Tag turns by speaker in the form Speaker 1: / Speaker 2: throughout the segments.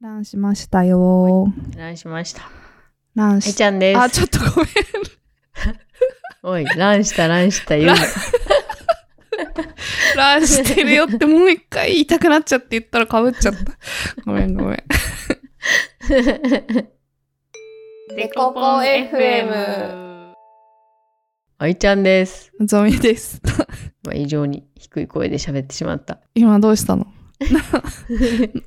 Speaker 1: ランしましたよー。
Speaker 2: 乱しました。
Speaker 1: ラン
Speaker 2: え
Speaker 1: し
Speaker 2: ちゃんで
Speaker 1: あ、
Speaker 2: す。
Speaker 1: ちょっとごめん。
Speaker 2: おい、乱した乱した言うな。
Speaker 1: ランしてるよってもう一回言いたくなっちゃって言ったらかぶっちゃ った。ごめんごめん。
Speaker 2: デ
Speaker 1: コポン FM。
Speaker 2: あいちゃんです。
Speaker 1: ゾミです。
Speaker 2: まあ、異常に低い声で喋ってしまった。
Speaker 1: 今どうしたの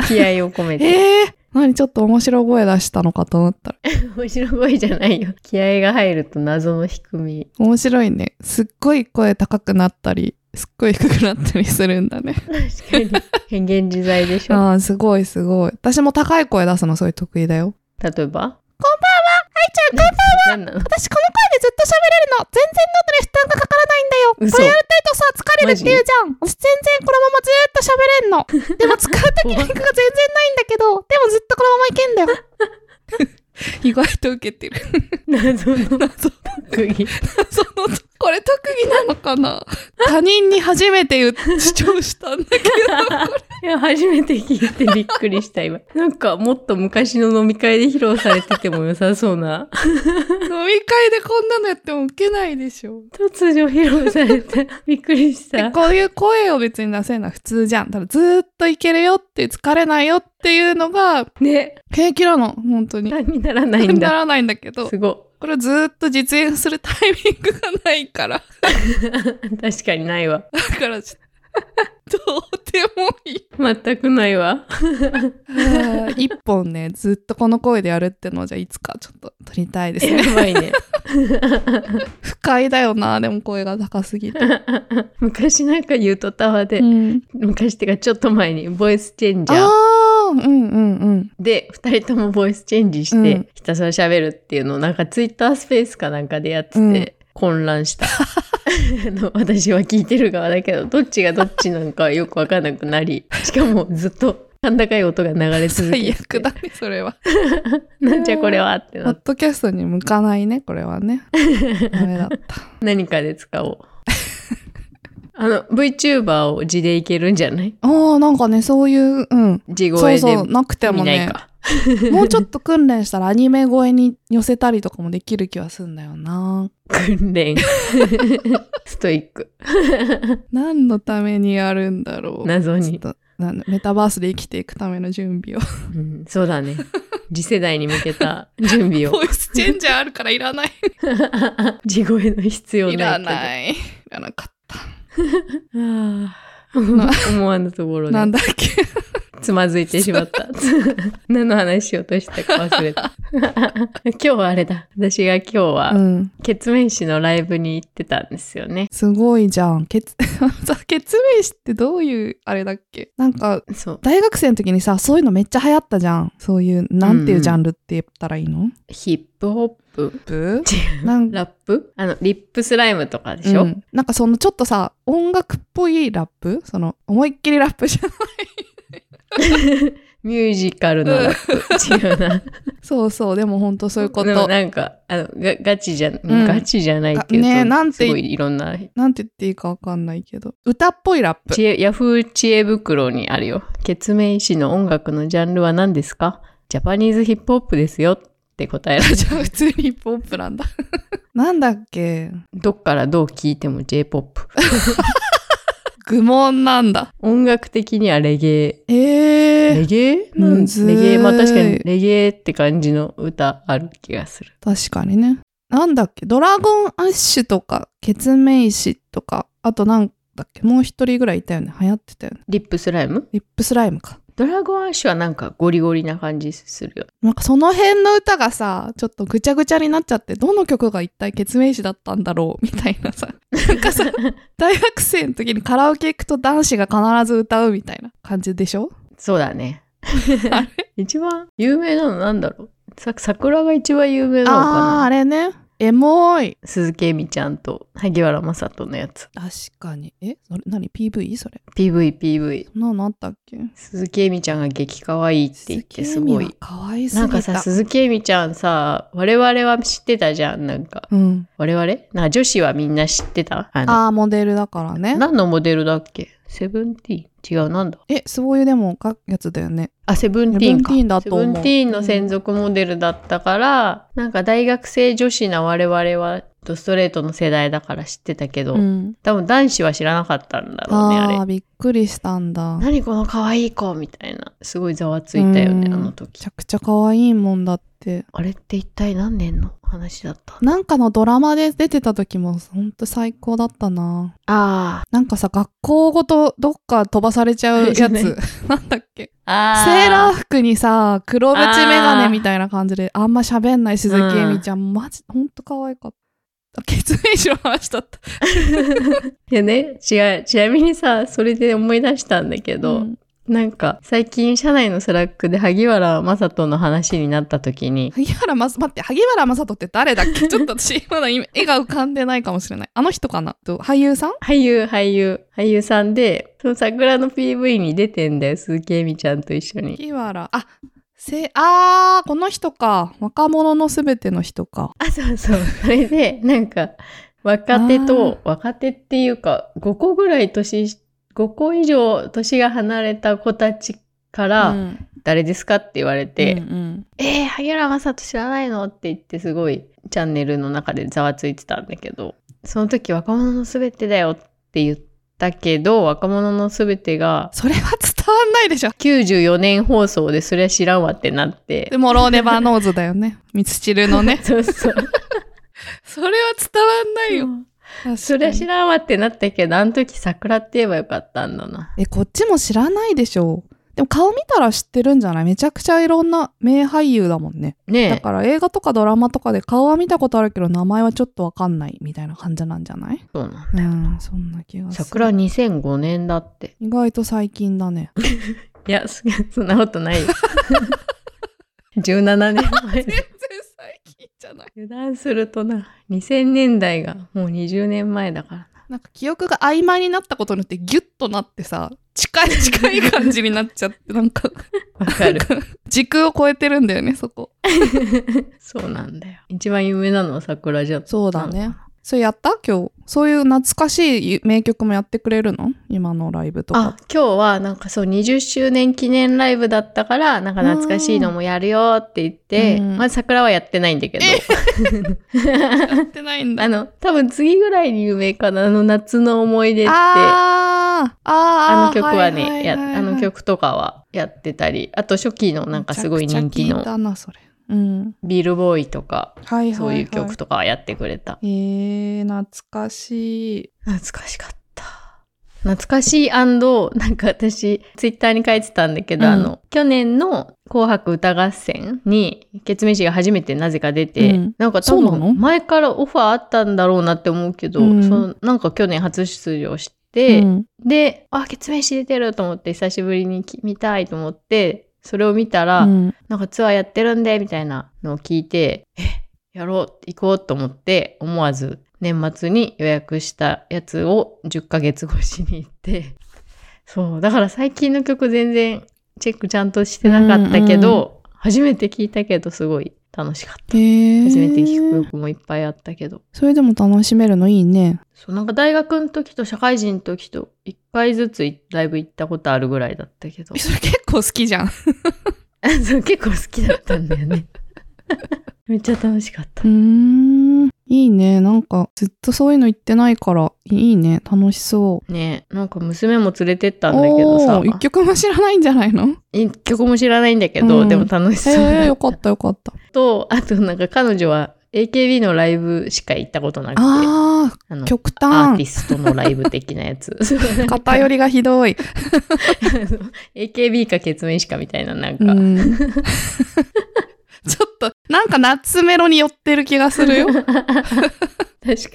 Speaker 2: 気合を込め
Speaker 1: え
Speaker 2: て。
Speaker 1: ー、何ちょっと面白い声出したのかと思ったら。
Speaker 2: 面白い声じゃないよ。気合が入ると謎の低み。
Speaker 1: 面白いね。すっごい声高くなったり、すっごい低くなったりするんだね。
Speaker 2: 確かに。変幻自在でしょ。
Speaker 1: ああ、すごいすごい。私も高い声出すのすごい得意だよ。
Speaker 2: 例え
Speaker 1: こ
Speaker 2: ば
Speaker 1: んば
Speaker 2: んは。あいちゃん、こんばんは。なんなの
Speaker 1: 私この声でずっと喋れるの全然喉に負担がかからないんだよ
Speaker 2: 嘘
Speaker 1: これやるとさ疲れるって言うじゃん私全然このままずーっと喋れんの でも使う時の変化が全然ないんだけどでもずっとこのままいけんだよ 意外と受けてる
Speaker 2: 謎の特技。
Speaker 1: そのこれ特技なのかな他人に初めて言う主張したん だけど
Speaker 2: いや、初めて聞いてびっくりした、今。なんか、もっと昔の飲み会で披露されてても良さそうな。
Speaker 1: 飲み会でこんなのやっても受けないでしょ
Speaker 2: 突如披露されて、びっくりし
Speaker 1: で
Speaker 2: た。
Speaker 1: こういう声を別に出せるのは普通じゃんだからずーっといけるよって疲れないよっていうのが
Speaker 2: ね、
Speaker 1: 平気なの本当に
Speaker 2: 単にならない
Speaker 1: な
Speaker 2: ん だ。
Speaker 1: らないんだけど、
Speaker 2: すご
Speaker 1: これをずーっと実演するタイミングがない から、
Speaker 2: い。確かにないわ。
Speaker 1: だから、ちょどうでもいい。
Speaker 2: 全くな いわ。
Speaker 1: あー一本ね、ずっとこの声でやるってのをじゃあいつかちょっと撮りたいですね。
Speaker 2: やばいね。
Speaker 1: 不快だよな、でも声が高すぎて。
Speaker 2: 昔なんか言うとタワーで、
Speaker 1: うん、
Speaker 2: 昔ってかちょっと前に、ボイスチェンジャー
Speaker 1: ああ、うんうんうん。
Speaker 2: で、二人ともボイスチェンジし
Speaker 1: う
Speaker 2: て
Speaker 1: ん、
Speaker 2: ひたすら喋るっていうのをなんかツイッタースペースかなんかでやってて、
Speaker 1: うん
Speaker 2: 混 乱した。 あの私は聞いてる側だけど、どっちがどっちなんかよくわかんなくなり、しかもずっと甲高い音が流れ続け
Speaker 1: 最
Speaker 2: て
Speaker 1: 悪だね、それは。
Speaker 2: なんじゃこれはって
Speaker 1: ポ
Speaker 2: なっ
Speaker 1: ッドキャストに向かないね、これはね。ダメだ った。
Speaker 2: 何かで使おう。あの、VTuber を字でいけるんじゃない
Speaker 1: ああ、なんかね、そういう、うん。
Speaker 2: 字
Speaker 1: そ
Speaker 2: 声
Speaker 1: う
Speaker 2: で
Speaker 1: そう、なくて
Speaker 2: 見
Speaker 1: も
Speaker 2: ない
Speaker 1: ね、
Speaker 2: か。
Speaker 1: もうちょっと訓練したらアニメ声に寄せたりとかもできる気はすんだよな。
Speaker 2: 訓練。ストイック。
Speaker 1: 何のためにやるんだろう。
Speaker 2: 謎に
Speaker 1: ちょっとなんだメタバースで生きていくための準備を。
Speaker 2: うん、そうだね。次世代に向けた準備 を。
Speaker 1: ボイスチェンジャーあるからいらない。
Speaker 2: 地声の必要ない
Speaker 1: いら
Speaker 2: い。
Speaker 1: ない。いらなかっ
Speaker 2: はあ思わぬところ
Speaker 1: た。なん
Speaker 2: で
Speaker 1: だっけ。
Speaker 2: つまずいてし まった。何の話しようとしたか忘れた。今日はあれだ。私が今日
Speaker 1: う
Speaker 2: は、
Speaker 1: ん。
Speaker 2: ケツメイシのライブに行ってたんですよね。
Speaker 1: すごいじゃん。ケツ、 さケツメイシってどういう、あれだっけなんか、
Speaker 2: そう。
Speaker 1: 大学生の時にさ、そういうのめっちゃ流行ったじゃん。そういう、なんていううんジャンルって言ったらいいの、
Speaker 2: ヒップホップ
Speaker 1: ブ
Speaker 2: 違う
Speaker 1: なん
Speaker 2: ラップあの、リップスライムとかでしょ、
Speaker 1: うんなんかそのちょっとさ音楽っぽいラップその思いっきりラップじゃん
Speaker 2: ミュージカルのラップ。違うな。
Speaker 1: そうそうでもほんとそういうこ
Speaker 2: でも
Speaker 1: と
Speaker 2: なんか、あの、がガチじゃ、
Speaker 1: ん
Speaker 2: ガチじゃないけど、
Speaker 1: がねなんて
Speaker 2: すごいいろんな、
Speaker 1: なんて言っていいかわかんないけど歌っぽいラップ
Speaker 2: 知恵、ヤフー知恵袋にあるよ。決命師の音楽のジャンルは何ですかジャパニーズヒップホップですよって答えら れ
Speaker 1: じ
Speaker 2: ち
Speaker 1: ゃ
Speaker 2: ゃ
Speaker 1: あ
Speaker 2: う。
Speaker 1: 普通にヒップホップなんだ なんだっけ
Speaker 2: どっからどう聞いても J-POP。
Speaker 1: 愚問なんだ
Speaker 2: 音楽的にはレゲエ。
Speaker 1: えー
Speaker 2: レゲエ
Speaker 1: む
Speaker 2: うん
Speaker 1: ずい
Speaker 2: レゲエ。まあ確かにレゲエって感じの歌ある気がする。
Speaker 1: 確かにねなんだっけドラゴンアッシュとかケツメイシとかあとなんだっけもう一人ぐらいいたよね流行ってたよね
Speaker 2: リップスライム
Speaker 1: リップスライムか
Speaker 2: ドラゴンアッシュはなんかゴリゴリな感じするよ。
Speaker 1: なんかその辺の歌がさ、ちょっとぐちゃぐちゃになっちゃって、どの曲が一体決命詞だったんだろうみたいな さ。なんかさ、大学生の時にカラオケ行くと男子が必ず歌うみたいな感じでしょ
Speaker 2: そうだ ね。一番有名なのなんだろうさ桜が一番有名なのか
Speaker 1: ああー、
Speaker 2: な
Speaker 1: あれね。エモい。
Speaker 2: 鈴木恵美ちゃんと萩原正人のやつ。
Speaker 1: 確かに。えそれ何 ?PV? それ。
Speaker 2: PV、PV。
Speaker 1: そんなのあったっけ
Speaker 2: 鈴木恵美ちゃんが激可愛いって言ってす
Speaker 1: 鈴
Speaker 2: ご
Speaker 1: 木
Speaker 2: い
Speaker 1: 亜美。は可愛すぎた。
Speaker 2: なんかさ、鈴木恵美ちゃんさ、我々は知ってたじゃん。なんか、
Speaker 1: うん。
Speaker 2: 我々なんか女子はみんな知ってたあの
Speaker 1: ああ、モデルだからね。
Speaker 2: 何のモデルだっけセブンティーン違う、なんだ。
Speaker 1: え、そういうでもかやつだよね。
Speaker 2: あ、セブンティーンか。
Speaker 1: セブンティーンだと思う
Speaker 2: セブンティーンの専属モデルだったから、なんか大学生女子な我々は、ストレートの世代だから知ってたけど、
Speaker 1: うん。
Speaker 2: 多分男子は知らなかったんだろうね、あ
Speaker 1: あ
Speaker 2: れ
Speaker 1: あ、。びっくりしたんだ。め
Speaker 2: 何この可愛い子みたいな。すごいざわついたよね、
Speaker 1: うん
Speaker 2: あの時
Speaker 1: ち。ゃくちゃ可愛いもんだって。
Speaker 2: あれって一体何年の話だったんだ
Speaker 1: なんかのドラマで出てた時もほんと最高だったな。
Speaker 2: あ
Speaker 1: なんかさ、学校ごとどっか飛ばされちゃうや
Speaker 2: じゃ
Speaker 1: つ
Speaker 2: ない。
Speaker 1: なんだっけ
Speaker 2: あ。あ
Speaker 1: セーラー
Speaker 2: ー
Speaker 1: 服にさ、黒縁メガネみたいな感じで、あんま喋んない鈴木恵美ちゃん、マジ、ほんと可愛かった。血明師の話だった。
Speaker 2: いやね、違う。ちなみにさ、それで思い出したんだけど、
Speaker 1: うん
Speaker 2: なんか、最近、社内のスラックで萩原正人の話になった時に、
Speaker 1: 萩原ま、待って、萩原正人って誰だっ けちょっと私、まだ今絵が浮かんでないかもしれない。あの人かなと俳優さん
Speaker 2: 俳優、俳優、俳優さんで、その桜の PV に出てんだよ、鈴木恵美ちゃんと一緒に。
Speaker 1: 萩原、あ、せ、あー、この人か。若者のすべての人か。
Speaker 2: あ、そうそう。それで、なんか、若手と、若手っていうか、5個ぐらい年し、5個以上年が離れた子たちから、
Speaker 1: うん
Speaker 2: 誰ですかって言われて、
Speaker 1: うんうん
Speaker 2: えー、萩原正人知らないのって言ってすごいチャンネルの中でざわついてたんだけどその時若者のすべてだよって言ったけど若者のすべてが
Speaker 1: それは伝わんないでしょ。
Speaker 2: 94年放送でそれは知らんわってなって。
Speaker 1: でも、ローネバーノーズだよ ね。ミツチルのね
Speaker 2: そうそう
Speaker 1: それは伝わんないよ。
Speaker 2: それは知
Speaker 1: ら
Speaker 2: らんわってなったけどあの時桜って言えばよかったんだな
Speaker 1: え、こっちも知らないでしょでも顔見たら知ってるんじゃないめちゃくちゃいろんな名俳優だもんね。だ
Speaker 2: ねえ
Speaker 1: から映画とかドラマとかで顔は見たことあるけど名前はちょっとわかんないみたいな感じなんじゃない
Speaker 2: そうなん
Speaker 1: うん、そんな気がする。
Speaker 2: 桜2005年だって
Speaker 1: 意外と最近だね。
Speaker 2: いやそそんなことな いよ17年前
Speaker 1: 最近じゃない。
Speaker 2: 油断するとな2000年代がもう20年前だから
Speaker 1: なんか記憶が曖昧になったことによってギュッとなってさ、近い近い感じになっちゃって、なんか、
Speaker 2: なわ かる
Speaker 1: 時空を超えてるんだよね、そこ。
Speaker 2: そうなんだよ一番有名なのは桜じゃん
Speaker 1: そうだね。それやった今日。そういう懐かしい名曲もやってくれるの今のライブとか
Speaker 2: あ。今日はなんかそう20周年記念ライブだったからなんか懐かしいのもやるよって言って、
Speaker 1: うん
Speaker 2: まあ桜はやってないんだけど
Speaker 1: やってないん
Speaker 2: あ。の多分次ぐらいに有名かなあの夏の思い出って
Speaker 1: あ
Speaker 2: あ
Speaker 1: ーあー
Speaker 2: の曲はね、
Speaker 1: いいい
Speaker 2: やあの曲とかはやってたりあと初期のなんかすごい人気
Speaker 1: めちゃくちゃ聞い
Speaker 2: の
Speaker 1: たなそれ。うん。
Speaker 2: ビールボーイとか
Speaker 1: はいはい、はい。
Speaker 2: そういう曲とかはやってくれた
Speaker 1: えー、懐かしい。
Speaker 2: 懐かしかった。懐かしいなんか私、ツイッターに書いてたんだけど、
Speaker 1: うん
Speaker 2: あの、去年の紅白歌合戦に、ケツメイシが初めてなぜか出て、
Speaker 1: うん
Speaker 2: なんか多
Speaker 1: そうなの
Speaker 2: 分前からオファーあったんだろうなって思うけど、
Speaker 1: うん
Speaker 2: そのなんか去年初出場して、
Speaker 1: うん
Speaker 2: で、あ、ケツメイシ出てると思って、久しぶりにき見たいと思って、それを見たら、
Speaker 1: うん
Speaker 2: なんかツアーやってるんで、みたいなのを聞いて、え、やろう、行こうと思って、思わず年末に予約したやつを10ヶ月越しに行って、そう、だから最近の曲全然チェックちゃんとしてなかったけ
Speaker 1: うん
Speaker 2: ど、初めて聞いたけどすごい楽しかった。
Speaker 1: えー、
Speaker 2: 初めて聞く曲もいっぱいあったけど。
Speaker 1: それでも楽しめるのいいね。
Speaker 2: そう、なんか大学の時と社会人の時と1回ずつライブ行ったことあるぐらいだったけ ど
Speaker 1: え。それ結構好きじゃん。う
Speaker 2: そう結構好きだったんだ よね。めっちゃ楽しかった。
Speaker 1: ーん。いいね。なんか、ずっとそういうの言ってないから、いいね。楽しそう。
Speaker 2: ねなんか娘も連れてったんだけどさ
Speaker 1: おー一曲も知らないんじゃないの
Speaker 2: 一曲も知らないんだけど、
Speaker 1: うん
Speaker 2: でも楽
Speaker 1: え
Speaker 2: し そう
Speaker 1: ー、
Speaker 2: だ
Speaker 1: よかったよか った。
Speaker 2: とあとなんか彼女は AKB のライブしか行ったことなくてあ
Speaker 1: あ
Speaker 2: の
Speaker 1: あ、極
Speaker 2: アー
Speaker 1: 端
Speaker 2: ティ。ストのライブ的なや つ
Speaker 1: 偏りがひどい。
Speaker 2: AKB か決面しかみたいななんか、
Speaker 1: うん、 ちょっと、なんか夏メロに寄ってる気がする よ。
Speaker 2: 確か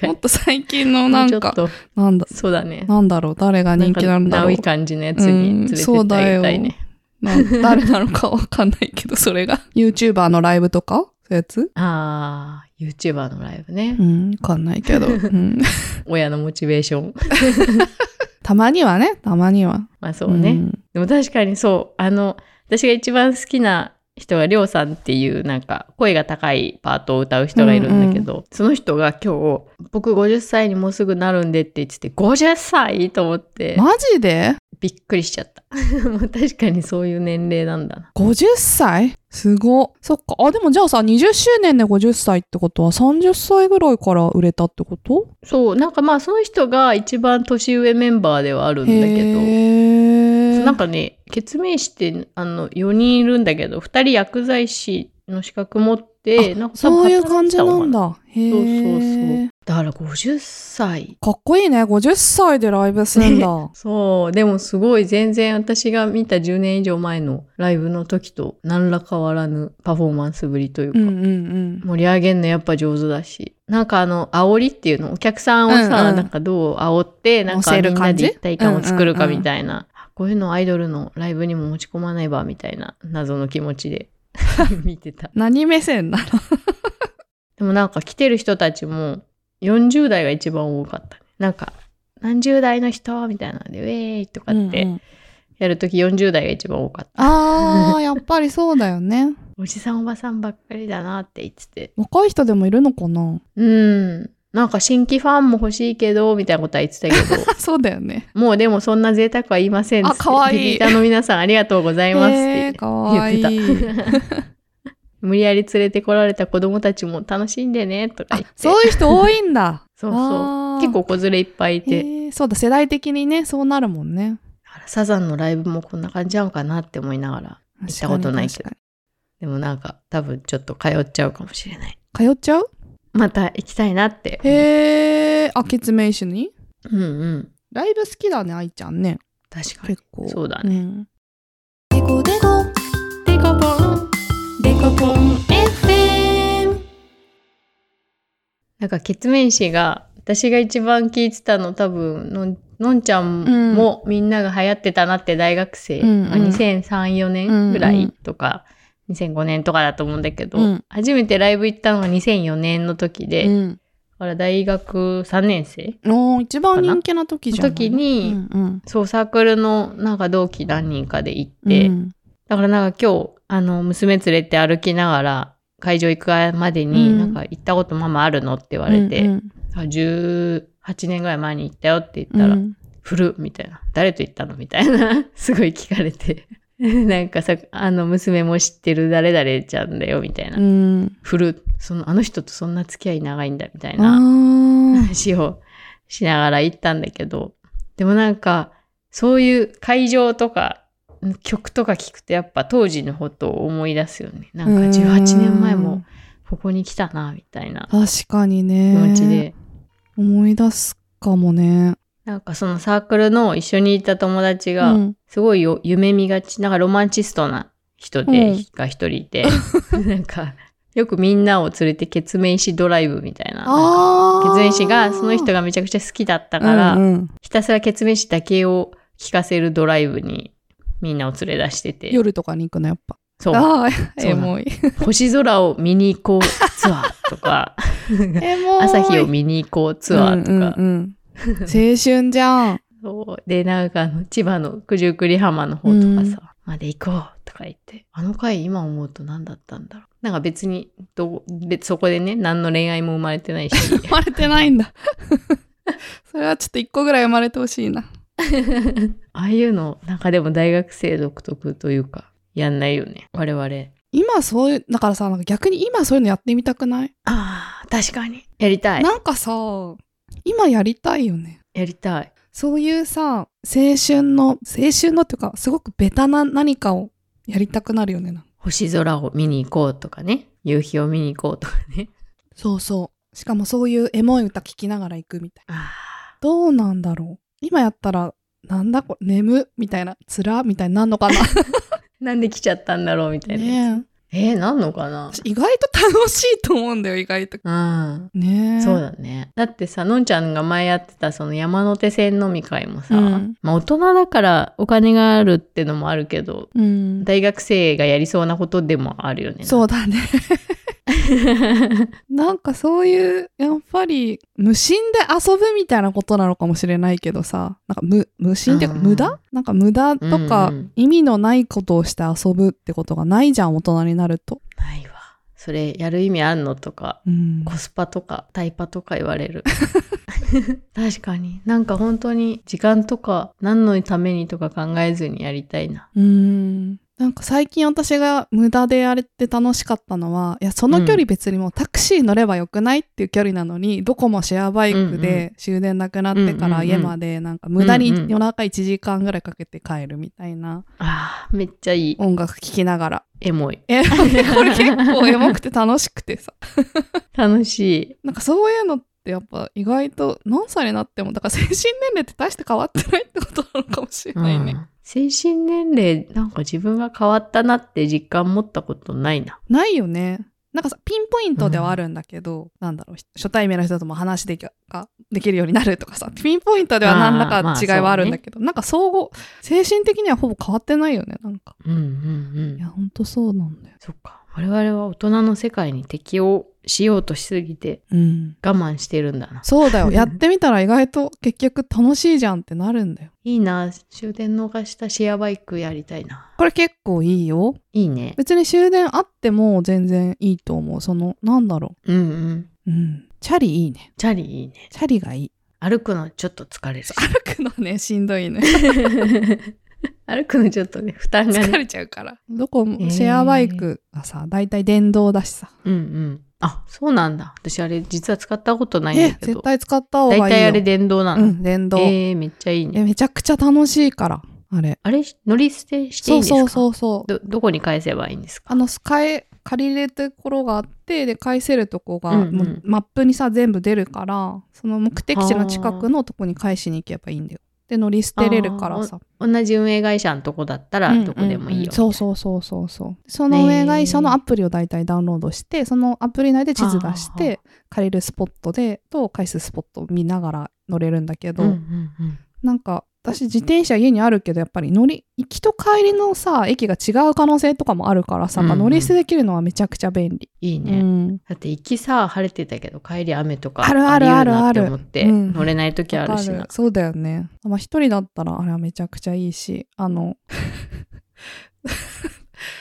Speaker 1: も
Speaker 2: に
Speaker 1: っと最近のなん
Speaker 2: もう
Speaker 1: か、
Speaker 2: ちょっ
Speaker 1: なんだ、
Speaker 2: とそうだね
Speaker 1: なんだろう、誰が人気なんだ
Speaker 2: か
Speaker 1: ろ
Speaker 2: ナ
Speaker 1: う
Speaker 2: ウ。い感じのやつに連れてってあげたいね、
Speaker 1: なん誰なのかわかんないけど、それが。YouTuber のライブとかそういうやつ
Speaker 2: ああ YouTuber のライブね、
Speaker 1: うん、わかんないけど。うん、
Speaker 2: 親のモチベーション
Speaker 1: たまにはね、たまには。
Speaker 2: まあそうね、
Speaker 1: ん
Speaker 2: でも確かにそう。あの、私が一番好きな人がりょうさんっていうなんか声が高いパートを歌う人がいるんだけど、その人が今日、僕50歳にもうすぐなるんでって言ってて、50歳と思って、
Speaker 1: マジで
Speaker 2: びっくりしちゃった。 もう確かにそういう年齢なんだな。
Speaker 1: 50歳すご。そっか。あ、でもじゃあさ、20周年で50歳ってことは30歳ぐらいから売れたってこと
Speaker 2: そう、なんかまあその人が一番年上メンバーではあるんだけど、
Speaker 1: へー
Speaker 2: なんかね、血明師ってあの4人いるんだけど、2人薬剤師の資格持って、なんか多分
Speaker 1: そういう感じなん
Speaker 2: 働
Speaker 1: だ。へ
Speaker 2: いてたのかな。そうそうそ
Speaker 1: え
Speaker 2: う。。だから50歳。。
Speaker 1: かっこいいね。50歳でライブすんだ
Speaker 2: そう、でもすごい全然私が見た10年以上前のライブの時と何ら変わらぬパフォーマンスぶりという
Speaker 1: う
Speaker 2: か、
Speaker 1: んうんうん。
Speaker 2: 盛り上げんのやっぱ上手だし。なんかあの、煽りっていうの、お客さんをさ、
Speaker 1: うんうん
Speaker 2: なんかどう煽って、なんか
Speaker 1: 乗せ
Speaker 2: みん
Speaker 1: る
Speaker 2: な
Speaker 1: 感じ
Speaker 2: で一体感を作るか
Speaker 1: うんうんうん
Speaker 2: みたいな。あこういうのアイドルのライブにも持ち込まないば、みたいな謎の気持ちで 見てた。
Speaker 1: 何目線なの
Speaker 2: でもなんか来てる人たちも40代が一番多かったね。なんか、何十代の人みたいなんで、ウェーイとかっ
Speaker 1: うん
Speaker 2: て
Speaker 1: うん
Speaker 2: やるとき40代が一番多かった。
Speaker 1: あ ー、やっぱりそうだよね。
Speaker 2: おじさんおばさんばっかりだなって言ってて。
Speaker 1: 若い人でもいるのか な
Speaker 2: うん。なんか新規ファンも欲しいけど、みたいなことは言ってたけ ど、
Speaker 1: そうだよね。
Speaker 2: もうでもそんな贅沢は言いません
Speaker 1: あかわいい
Speaker 2: リピーターの皆さんありがとうございますって
Speaker 1: へー
Speaker 2: 言って
Speaker 1: かわいい。
Speaker 2: 無理やり連れてこられた子供たちも楽しんでね、とか言って。
Speaker 1: そういう人多いんだ。
Speaker 2: そうそう
Speaker 1: あー
Speaker 2: 結構子連れいっぱいいて、
Speaker 1: へーそうだ、世代的にね、そうなるもんね。
Speaker 2: だからサザンのライブもこんな感じなのかなって思いながら、行ったことないけど
Speaker 1: 確か
Speaker 2: でもなんか多分ちょっと通っちゃうかもしれない。
Speaker 1: に通っちゃう
Speaker 2: また行きたいなって。
Speaker 1: へえ。あ、ケツメイシに
Speaker 2: うんうん。
Speaker 1: ライブ好きだね、愛ちゃんね。
Speaker 2: 確かに。
Speaker 1: 結構。
Speaker 2: そうだね
Speaker 1: ん
Speaker 3: デコデコデコポンデコポン FM
Speaker 2: なんか血面師が私が一番聞いてたの多分のんのんちゃんもみんなが流行ってたなって大学生、
Speaker 1: うん
Speaker 2: まあ、2003,4年ぐらいとか、2005年とかだと思うんだけど、
Speaker 1: うん
Speaker 2: 初めてライブ行ったのが2004年の時で、だ
Speaker 1: うん。
Speaker 2: から大学3年生
Speaker 1: おー一番人気な時
Speaker 2: の
Speaker 1: じゃん。
Speaker 2: 時に、
Speaker 1: うんうん
Speaker 2: そうサークルのなんか同期何人かで行って、
Speaker 1: うん
Speaker 2: だからなんか今日あの娘連れて歩きながら会場行くまでに、
Speaker 1: うん
Speaker 2: なんか行ったことママあるのって言われて。
Speaker 1: うんうん
Speaker 2: あ18年ぐらい前に行ったよって言ったら、
Speaker 1: うん
Speaker 2: フルみたいな。誰と行ったのみたいな。 すごい聞かれて。 なんかさ、あの娘も知ってる誰々ちゃんだよみたいな。
Speaker 1: うん
Speaker 2: フル、その、あの人とそんな付き合い長いんだみたいな
Speaker 1: あー
Speaker 2: 話をしながら行ったんだけど。でもなんか、そういう会場とか、曲とか聞くとやっぱ当時のことを思い出すよね。なんか18年前もここに来たな、みたいな
Speaker 1: うん確かに
Speaker 2: 気
Speaker 1: ね
Speaker 2: 持ちで。
Speaker 1: 思い出すかもね
Speaker 2: なんかそのサークルの一緒にいた友達が、
Speaker 1: うん
Speaker 2: すごいよ夢見がち、なんかロマンチストな人で、
Speaker 1: うん
Speaker 2: が一人いて、 なんか、よくみんなを連れて血面師ドライブみたいな。
Speaker 1: あ
Speaker 2: 血
Speaker 1: ー
Speaker 2: 面師が、その人がめちゃくちゃ好きだったから、
Speaker 1: うんうん
Speaker 2: ひたすら血面師だけを聴かせるドライブにみんなを連れ出してて、
Speaker 1: 夜とかに行くのやっぱ
Speaker 2: そう、
Speaker 1: ああー
Speaker 2: そう
Speaker 1: エ
Speaker 2: なの
Speaker 1: モい
Speaker 2: 星空を見に行こうツアーと か、
Speaker 1: エモい
Speaker 2: 朝日を見に行こうツアーとか、
Speaker 1: うんうんうん青春じゃん
Speaker 2: そう。で、なんかあの、千葉の九十九里浜の方とかさ、まで行こうとか言って、あの回今思うと何だったんだろう。なんか別に、どう別そこでね、何の恋愛も生まれ てないし、
Speaker 1: 生まれてないんだ それはちょっと一個ぐらい生まれてほしいな
Speaker 2: ああいうの、なんかでも大学生独特というか、やんないよね。我々。
Speaker 1: 今そういうだからさなんか逆に今そういうのやってみたくない、
Speaker 2: ああ、確かに。やりたい。
Speaker 1: なんかさ今やりたいよね
Speaker 2: やりたい。
Speaker 1: そういうさ、青春の、青春のっていうか、すごくベタな何かをやりたくなるよね。なんか
Speaker 2: 星空を見に行こうとかね。夕日を見に行こうとかね。
Speaker 1: そうそう。しかもそういうエモい歌聴きながら行くみたいな。
Speaker 2: あ
Speaker 1: どうなんだろう。今やったら、なんだこれ、眠みたいな、つらみたいになるのかな。
Speaker 2: あ。なんで来ちゃったんだろうみ たいな。
Speaker 1: ね
Speaker 2: えー、なんのかな
Speaker 1: え私意外と楽しいと思うんだよ、意外と。
Speaker 2: うん。
Speaker 1: ねえ。
Speaker 2: そうだね。だってさ、のんちゃんが前やってたその山手線飲み会もさ、
Speaker 1: うん
Speaker 2: まあ大人だからお金があるってのもあるけど、
Speaker 1: うん。
Speaker 2: 大学生がやりそうなことでもあるよね。
Speaker 1: そうだね。 なんかそういう、やっぱり、無心で遊ぶみたいなことなのかもしれないけどさ、なんか無無心っていうか
Speaker 2: うん
Speaker 1: 無駄なんか無駄と
Speaker 2: う
Speaker 1: か
Speaker 2: んうん
Speaker 1: 意味のないことをして遊ぶってことがないじゃん、大人になると。
Speaker 2: ないわ。それやる意味あんのとか、
Speaker 1: うん
Speaker 2: コスパとかタイパとか言われる。 確かに。なんか本当に時間とか何のためにとか考えずにやりたいな。
Speaker 1: うんなんか最近私が無駄でやれて楽しかったのは、いや、その距離別にもうタクシー乗ればよくないっていう距離なのに、どこもシェアバイク
Speaker 2: うんう
Speaker 1: で終電なくなってから家まで、なんか無駄に
Speaker 2: うんうん
Speaker 1: 夜中1時間ぐらいかけて帰るみたいな
Speaker 2: ああ、めっちゃいい。
Speaker 1: 音楽聴きながら。
Speaker 2: エモい。
Speaker 1: え、これ結構エモくて楽しくてさ。
Speaker 2: 楽しい。
Speaker 1: なんかそういうのってやっぱ意外と何歳になっても、だから精神年齢って大して変わってないってことなのかもしれ
Speaker 2: う
Speaker 1: ないね。
Speaker 2: ん、精神年齢、なんか自分が変わったなって実感持ったことないな。
Speaker 1: ないよね。なんかさ、ピンポイントではあるんだけど、なんだろう、ひ初対面の人とも話できができるようになるとかさ、ピンポイントでは何ら
Speaker 2: あー
Speaker 1: か
Speaker 2: まあ
Speaker 1: 違いはあるんだけど、なんか総合、精神的にはほぼ変わってないよね、なんか。
Speaker 2: うんうんうん
Speaker 1: いや、ほんとそうなんだよ。
Speaker 2: そっか。我々は大人の世界に適応しようとしすぎて
Speaker 1: うん。
Speaker 2: 我慢してるんだな。
Speaker 1: そうだよ。やってみたら意外と結局楽しいじゃんってなるんだよ。
Speaker 2: いいな。終電逃したシェアバイクやりたいな。
Speaker 1: これ結構いいよ。
Speaker 2: いいね。
Speaker 1: 別に終電あっても全然いいと思う。その、なんだろ
Speaker 2: うんうん。
Speaker 1: う。うん。チャリいいね。
Speaker 2: チャリいいね。
Speaker 1: チャリがいい。
Speaker 2: 歩くのちょっと疲 れるし。
Speaker 1: 歩くのね、しんどいね。
Speaker 2: 歩くのちょっとね、負担が
Speaker 1: 疲
Speaker 2: ね。
Speaker 1: れちゃうから。どこ
Speaker 2: えー
Speaker 1: もシェアバイクがさ、大体電動だしさ。
Speaker 2: うんうん。あ、そうなんだ。私あれ実は使ったことないん
Speaker 1: え
Speaker 2: だ、け
Speaker 1: 絶
Speaker 2: ど。
Speaker 1: 対使った方がい
Speaker 2: 大
Speaker 1: いよ。
Speaker 2: 体あれ電動な
Speaker 1: う
Speaker 2: の。
Speaker 1: ん、電動。え、
Speaker 2: えー、めっちゃいいね。
Speaker 1: めちゃくちゃ楽しいから、あれ。
Speaker 2: あれ、乗り捨てしていい
Speaker 1: そ
Speaker 2: ん
Speaker 1: う
Speaker 2: ですか
Speaker 1: そうそうそう。
Speaker 2: ど、どこに返せばいいんですか
Speaker 1: あの、変え、借りれるところがあって、で、返せるとこが、
Speaker 2: うんうん
Speaker 1: もうマップにさ、全部出るから、その目的地の近くのとこに返しに行けばいいんだよ。で、乗り捨てれるからさ。
Speaker 2: 同じ運営会社のとこだったら、どこでも
Speaker 1: うんう
Speaker 2: いいよ、
Speaker 1: んうんそうそうそうそうそうその上会社のアプリを大体ダウンロードしてそのアプリ内で地図出して借りるスポットでと返すスポットを見ながら乗れるんだけど、
Speaker 2: うんうんうん
Speaker 1: なんか私自転車家にあるけどやっぱり乗り行きと帰りのさ駅が違う可能性とかもあるからさ、
Speaker 2: うんうん
Speaker 1: 乗り捨てできるのはめちゃくちゃ便利、
Speaker 2: いいね、だって行きさ晴れてたけど帰り雨とか
Speaker 1: あるあるあるある
Speaker 2: り得なって
Speaker 1: う
Speaker 2: 思って
Speaker 1: ん
Speaker 2: 乗れない時あるし
Speaker 1: わか
Speaker 2: な
Speaker 1: るそうだよねまあ一人だったらあれはめちゃくちゃいいしあ の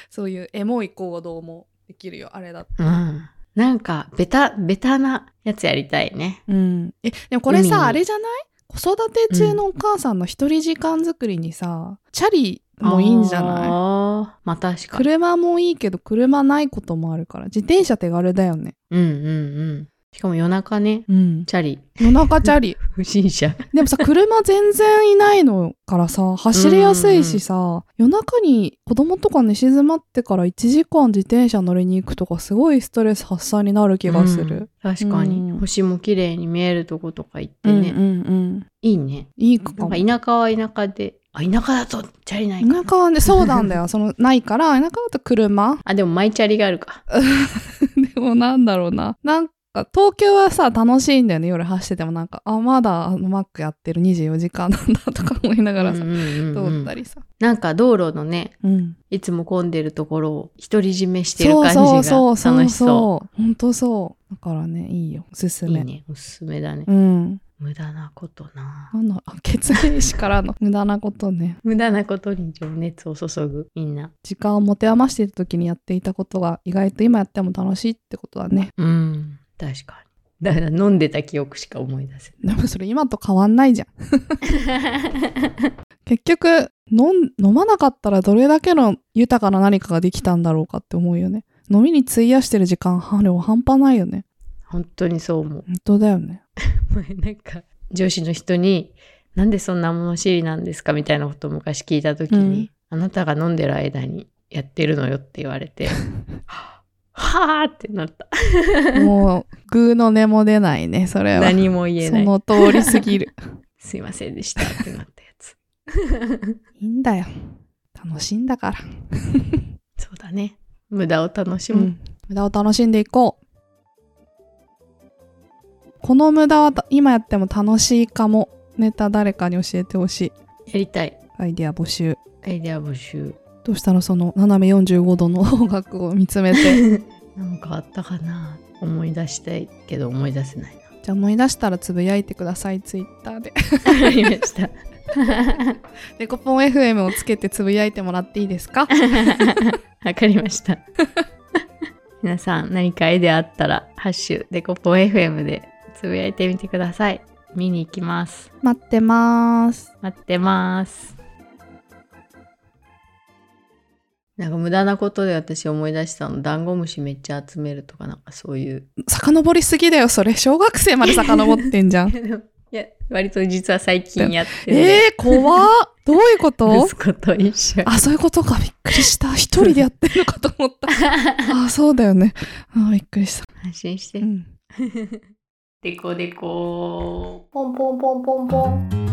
Speaker 1: そういうエモい行動もできるよあれだって
Speaker 2: うんなんかベタベタなやつやりたいね
Speaker 1: うん、えでもこれ
Speaker 2: 海に
Speaker 1: さあれじゃない子育て中のお母さんの一人時間作りにさ、チャリもいいんじゃない
Speaker 2: あーまあ確かに
Speaker 1: 車もいいけど車ないこともあるから自転車手軽だよね
Speaker 2: うんうんうんしかも夜中ね
Speaker 1: うん
Speaker 2: チャリ
Speaker 1: 夜中チャリ
Speaker 2: 不審者
Speaker 1: でも さ車全然いないのからさ走りやすいしさ、夜中に子供とか寝静まってから1時間自転車乗りに行くとかすごいストレス発散になる気がする、
Speaker 2: うん確かに、
Speaker 1: うん
Speaker 2: 星も綺麗に見えるとことか行ってね、
Speaker 1: うんうんうん
Speaker 2: いいね
Speaker 1: いいか
Speaker 2: な
Speaker 1: も
Speaker 2: んか田舎は田舎であ田舎だとチャリないか
Speaker 1: 田舎はねそうなんだよそのないから田舎だと車
Speaker 2: あでもマイチャリがあるか
Speaker 1: でもなんだろうな。なんか東京はさ、楽しいんだよね。夜走っててもなんか、あ、まだあのマックやってる24時間なんだとか思いながらさ、
Speaker 2: うんうんうんう
Speaker 1: 通
Speaker 2: ん
Speaker 1: ったりさ。
Speaker 2: なんか道路のね
Speaker 1: うん。
Speaker 2: いつも混んでるところを独り占めしてる
Speaker 1: そう
Speaker 2: 感じ
Speaker 1: そうそう
Speaker 2: が
Speaker 1: そう
Speaker 2: 楽しそ
Speaker 1: そう。ほんとそう。だからね、いいよ。おすす
Speaker 2: う。い
Speaker 1: め。
Speaker 2: いね、おすすめだね。
Speaker 1: うん。
Speaker 2: 無駄なことな。
Speaker 1: なんだろうあ、血縁師からの 無駄なことね。
Speaker 2: 無駄なことに情熱を注ぐ、みんな。
Speaker 1: 時間を持て余している時にやっていたことが意外と今やっても楽しいってことだね。
Speaker 2: うん、確かに。だから飲んでた記憶しか思い出せ
Speaker 1: でもそれ今と変わんないじゃん。
Speaker 2: ない。
Speaker 1: 結局飲ん飲まなかったらどれだけの豊かな何かができたんだろうかって思うよね飲みに費やしてる時間半量半端ないよね
Speaker 2: 本当にそう思う。
Speaker 1: 本当だよ ね
Speaker 2: 前なんか、上司の人に、なんでそんな物知りなんですかみたいなことを昔聞いたときに、あなたが飲んでる間にやってるのよって言われ て、はぁってなった。
Speaker 1: もうグーの根も出ないねそれは
Speaker 2: 何も言え
Speaker 1: そ
Speaker 2: ない。
Speaker 1: の通りすぎ る
Speaker 2: すいませんでしたってなったやつ。
Speaker 1: いいんだよ楽しいんだから、
Speaker 2: そうだね。無駄を楽し
Speaker 1: う
Speaker 2: む。
Speaker 1: ん、無駄を楽しんでいこうこの無駄はた今やっても楽しいかもネタ誰かに教えてほしい
Speaker 2: やりたい。
Speaker 1: アイデア募集
Speaker 2: アイデア募集。
Speaker 1: どうしたのその斜め45度の音楽を見つめて
Speaker 2: なんかあったかな思い出したいけど思い出せない な。
Speaker 1: じゃあ思い出したらつぶやいてくださいツイッターで
Speaker 2: ありました。
Speaker 1: デコポン FM をつけてつぶやいてもらっていいですか
Speaker 2: わかりました。 皆さん何か絵であったら「ハッシュデコポン FM」でつぶやいてみてください見に行きます
Speaker 1: 待ってます。
Speaker 2: 待ってますなんか無駄なことで私思い出したのダンゴムシめっちゃ集めるとかなんかそういう
Speaker 1: 遡りすぎだよ、それ。小学生まで遡ってんじゃん。
Speaker 2: いや割と実は最近やってるので
Speaker 1: えー、 怖っどういうこと
Speaker 2: 息子と一緒
Speaker 1: あ、そういうことか。びっくりした。一人でやってるのかと思った。 あ、そうだよね。あ、びっくりした。
Speaker 2: 安心して
Speaker 1: うん
Speaker 2: デコデコ
Speaker 3: ポンポンポンポンポン